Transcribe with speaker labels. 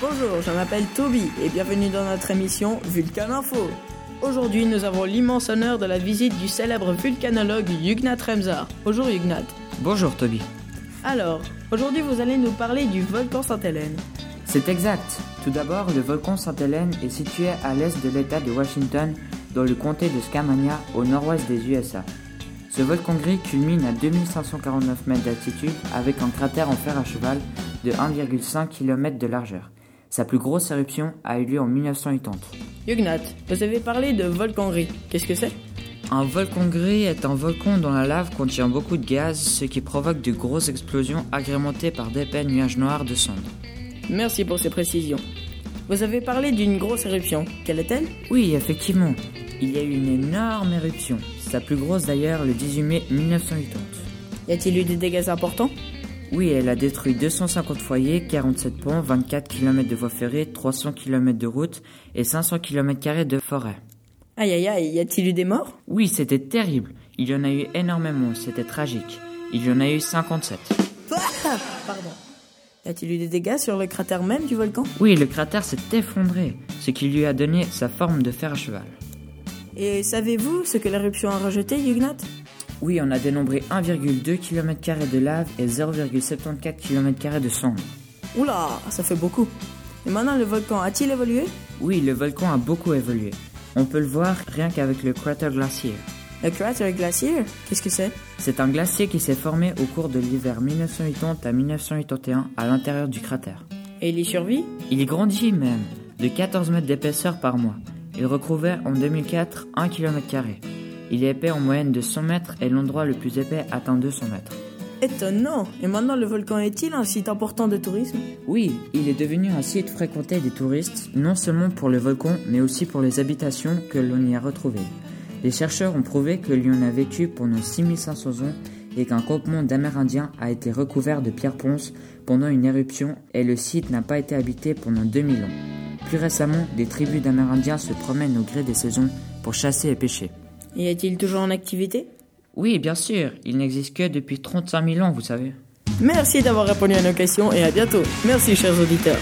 Speaker 1: Bonjour, je m'appelle Toby et bienvenue dans notre émission Vulcan Info. Aujourd'hui, nous avons l'immense honneur de la visite du célèbre vulcanologue Yugnat Remzar. Bonjour Yugnat.
Speaker 2: Bonjour Toby.
Speaker 1: Alors, aujourd'hui, vous allez nous parler du volcan Sainte-Hélène.
Speaker 2: C'est exact. Tout d'abord, le volcan Sainte-Hélène est situé à l'est de l'État de Washington, dans le comté de Skamania, au nord-ouest des USA. Ce volcan gris culmine à 2549 mètres d'altitude avec un cratère en fer à cheval de 1,5 km de largeur. Sa plus grosse éruption a eu lieu en 1980.
Speaker 1: Yugnat, vous avez parlé de volcan gris. Qu'est-ce que c'est
Speaker 2: Un volcan gris est un volcan dont la lave contient beaucoup de gaz, ce qui provoque de grosses explosions agrémentées par d'épais nuages noirs de cendres.
Speaker 1: Merci pour ces précisions. Vous avez parlé d'une grosse éruption. Quelle est-elle
Speaker 2: Oui, effectivement, il y a eu une énorme éruption, sa plus grosse d'ailleurs le 18 mai 1980.
Speaker 1: Y a-t-il eu des dégâts importants
Speaker 2: Oui, elle a détruit 250 foyers, 47 ponts, 24 km de voies ferrées, 300 km de routes et 500 km de forêt.
Speaker 1: Aïe aïe aïe, y a-t-il eu des morts
Speaker 2: Oui, c'était terrible. Il y en a eu énormément, c'était tragique. Il y en a eu 57.
Speaker 1: Pardon. Y a-t-il eu des dégâts sur le cratère même du volcan
Speaker 2: Oui, le cratère s'est effondré, ce qui lui a donné sa forme de fer à cheval.
Speaker 1: Et savez-vous ce que l'éruption a rejeté, Yugnat
Speaker 2: Oui, on a dénombré 1,2 km de lave et 0,74 km de cendres.
Speaker 1: Oula, ça fait beaucoup. Et maintenant, le volcan a-t-il évolué
Speaker 2: Oui, le volcan a beaucoup évolué. On peut le voir rien qu'avec le cratère glaciaire.
Speaker 1: Le cratère glaciaire Qu'est-ce que c'est
Speaker 2: C'est un glacier qui s'est formé au cours de l'hiver 1980 à 1981 à l'intérieur du cratère.
Speaker 1: Et il y survit
Speaker 2: Il grandit même, de 14 mètres d'épaisseur par mois. Il recouvrait en 2004 1 km. Il est épais en moyenne de 100 mètres et l'endroit le plus épais atteint 200 mètres.
Speaker 1: Étonnant Et maintenant, le volcan est-il un site important de tourisme
Speaker 2: Oui, il est devenu un site fréquenté des touristes, non seulement pour le volcan, mais aussi pour les habitations que l'on y a retrouvées. Les chercheurs ont prouvé que l'on a vécu pendant 6500 ans et qu'un campement d'Amérindiens a été recouvert de pierres ponces pendant une éruption et le site n'a pas été habité pendant 2000 ans. Plus récemment, des tribus d'Amérindiens se promènent au gré des saisons pour chasser et pêcher.
Speaker 1: Y est-il toujours en activité
Speaker 2: Oui, bien sûr, il n'existe que depuis 35 000 ans, vous savez.
Speaker 1: Merci d'avoir répondu à nos questions et à bientôt. Merci, chers auditeurs.